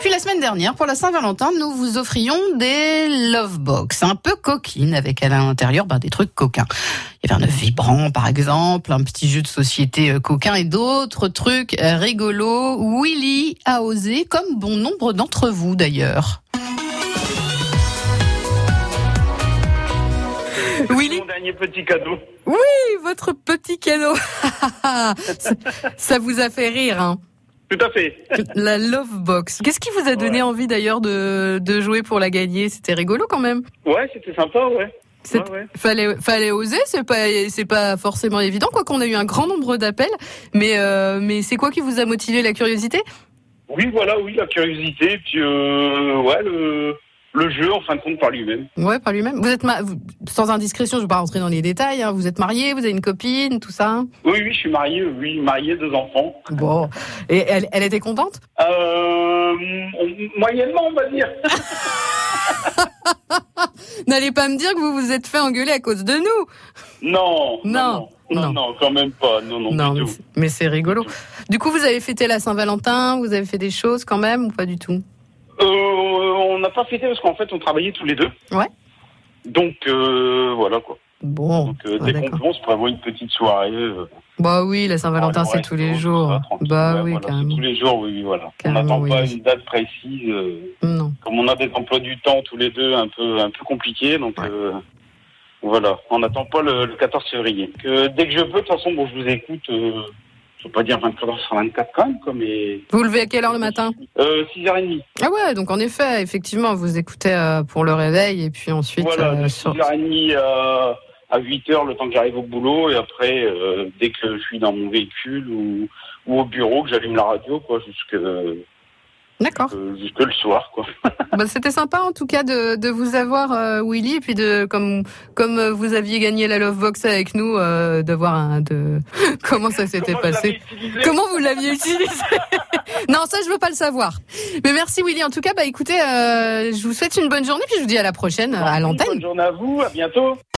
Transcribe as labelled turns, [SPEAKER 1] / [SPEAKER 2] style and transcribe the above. [SPEAKER 1] puis la semaine dernière, pour la Saint-Valentin, nous vous offrions des love box, un peu coquines, avec à l'intérieur ben, des trucs coquins. Il y avait un œuf vibrant, par exemple, un petit jeu de société euh, coquin et d'autres trucs euh, rigolos. Willy a osé, comme bon nombre d'entre vous d'ailleurs. Willy,
[SPEAKER 2] Mon dernier petit cadeau.
[SPEAKER 1] et votre petit cadeau, ça, ça vous a fait rire, hein
[SPEAKER 2] Tout à fait.
[SPEAKER 1] La Love Box. Qu'est-ce qui vous a donné
[SPEAKER 2] Ouais.
[SPEAKER 1] envie d'ailleurs de, de jouer pour la gagner C'était rigolo quand même.
[SPEAKER 2] Ouais, c'était sympa, ouais.
[SPEAKER 1] C'est-
[SPEAKER 2] Ouais, ouais.
[SPEAKER 1] Fallait, fallait oser, c'est pas, c'est pas forcément évident, quoi qu'on a eu un grand nombre d'appels. Mais, euh, mais c'est quoi qui vous a motivé la curiosité
[SPEAKER 2] Oui, voilà, oui, la curiosité, puis euh, ouais, le, le jeu en fin de compte par lui-même.
[SPEAKER 1] Ouais, par lui-même. Vous êtes ma- vous- sans indiscrétion, je vais pas rentrer dans les détails. hein, vous êtes marié, vous avez une copine, tout ça. hein
[SPEAKER 2] Oui, oui, je suis marié, oui, marié, deux enfants.
[SPEAKER 1] Bon, et elle, elle était contente.
[SPEAKER 2] Euh, on- moyennement, on va dire.
[SPEAKER 1] N'allez pas me dire que vous vous êtes fait engueuler à cause de nous.
[SPEAKER 2] Non,
[SPEAKER 1] Non,
[SPEAKER 2] non, non,
[SPEAKER 1] non.
[SPEAKER 2] non, quand même pas, non, non,
[SPEAKER 1] non,
[SPEAKER 2] du
[SPEAKER 1] mais
[SPEAKER 2] tout.
[SPEAKER 1] c'est- mais c'est rigolo. Du coup, vous avez fêté la Saint-Valentin, vous avez fait des choses quand même ou pas du tout
[SPEAKER 2] Euh, on n'a pas fêté parce qu'en fait, on travaillait tous les deux.
[SPEAKER 1] Ouais.
[SPEAKER 2] Donc euh, voilà quoi.
[SPEAKER 1] Bon,
[SPEAKER 2] Donc euh,
[SPEAKER 1] ouais,
[SPEAKER 2] dès qu'on
[SPEAKER 1] d'accord.
[SPEAKER 2] peut, on se prévoit une petite soirée. euh,
[SPEAKER 1] Bah oui, la Saint-Valentin,
[SPEAKER 2] Ouais,
[SPEAKER 1] c'est
[SPEAKER 2] ouais,
[SPEAKER 1] tous les
[SPEAKER 2] ça va,
[SPEAKER 1] jours.
[SPEAKER 2] tranquille,
[SPEAKER 1] Bah
[SPEAKER 2] ouais,
[SPEAKER 1] oui,
[SPEAKER 2] voilà, c'est
[SPEAKER 1] carrément.
[SPEAKER 2] Tous les jours, oui, oui, voilà.
[SPEAKER 1] Carrément,
[SPEAKER 2] on n'attend
[SPEAKER 1] oui,
[SPEAKER 2] pas
[SPEAKER 1] oui.
[SPEAKER 2] une date précise. euh,
[SPEAKER 1] Non.
[SPEAKER 2] comme on a des emplois du temps tous les deux un peu un peu compliqués, donc
[SPEAKER 1] Ouais.
[SPEAKER 2] euh, voilà. On n'attend pas le, le 14 février. Que dès que je peux, de toute façon, bon, je vous écoute. Euh, je veux pas dire 24 heures sur 24 quand même, quoi, mais
[SPEAKER 1] Vous vous levez à quelle heure le matin
[SPEAKER 2] euh, 6h30.
[SPEAKER 1] Ah ouais, donc en effet, effectivement, vous écoutez euh, pour le réveil et puis ensuite
[SPEAKER 2] voilà,
[SPEAKER 1] euh,
[SPEAKER 2] de
[SPEAKER 1] sur-
[SPEAKER 2] 6h30 à, à 8h le temps que j'arrive au boulot et après euh, dès que je suis dans mon véhicule ou, ou au bureau que j'allume la radio quoi jusque
[SPEAKER 1] D'accord.
[SPEAKER 2] euh, jusque le soir quoi.
[SPEAKER 1] Bah, C'était sympa en tout cas de, de vous avoir euh, Willy et puis de comme comme euh, vous aviez gagné la Love Box avec nous euh, d'avoir un de comment ça s'était
[SPEAKER 2] Comment je
[SPEAKER 1] passé.
[SPEAKER 2] l'avais utilisé
[SPEAKER 1] Comment vous l'aviez utilisé Non, ça je veux pas le savoir. Mais merci Willy. En tout cas, bah écoutez, euh, je vous souhaite une bonne journée puis je vous dis à la prochaine euh, à
[SPEAKER 2] Bonne
[SPEAKER 1] l'antenne.
[SPEAKER 2] journée à vous, à bientôt.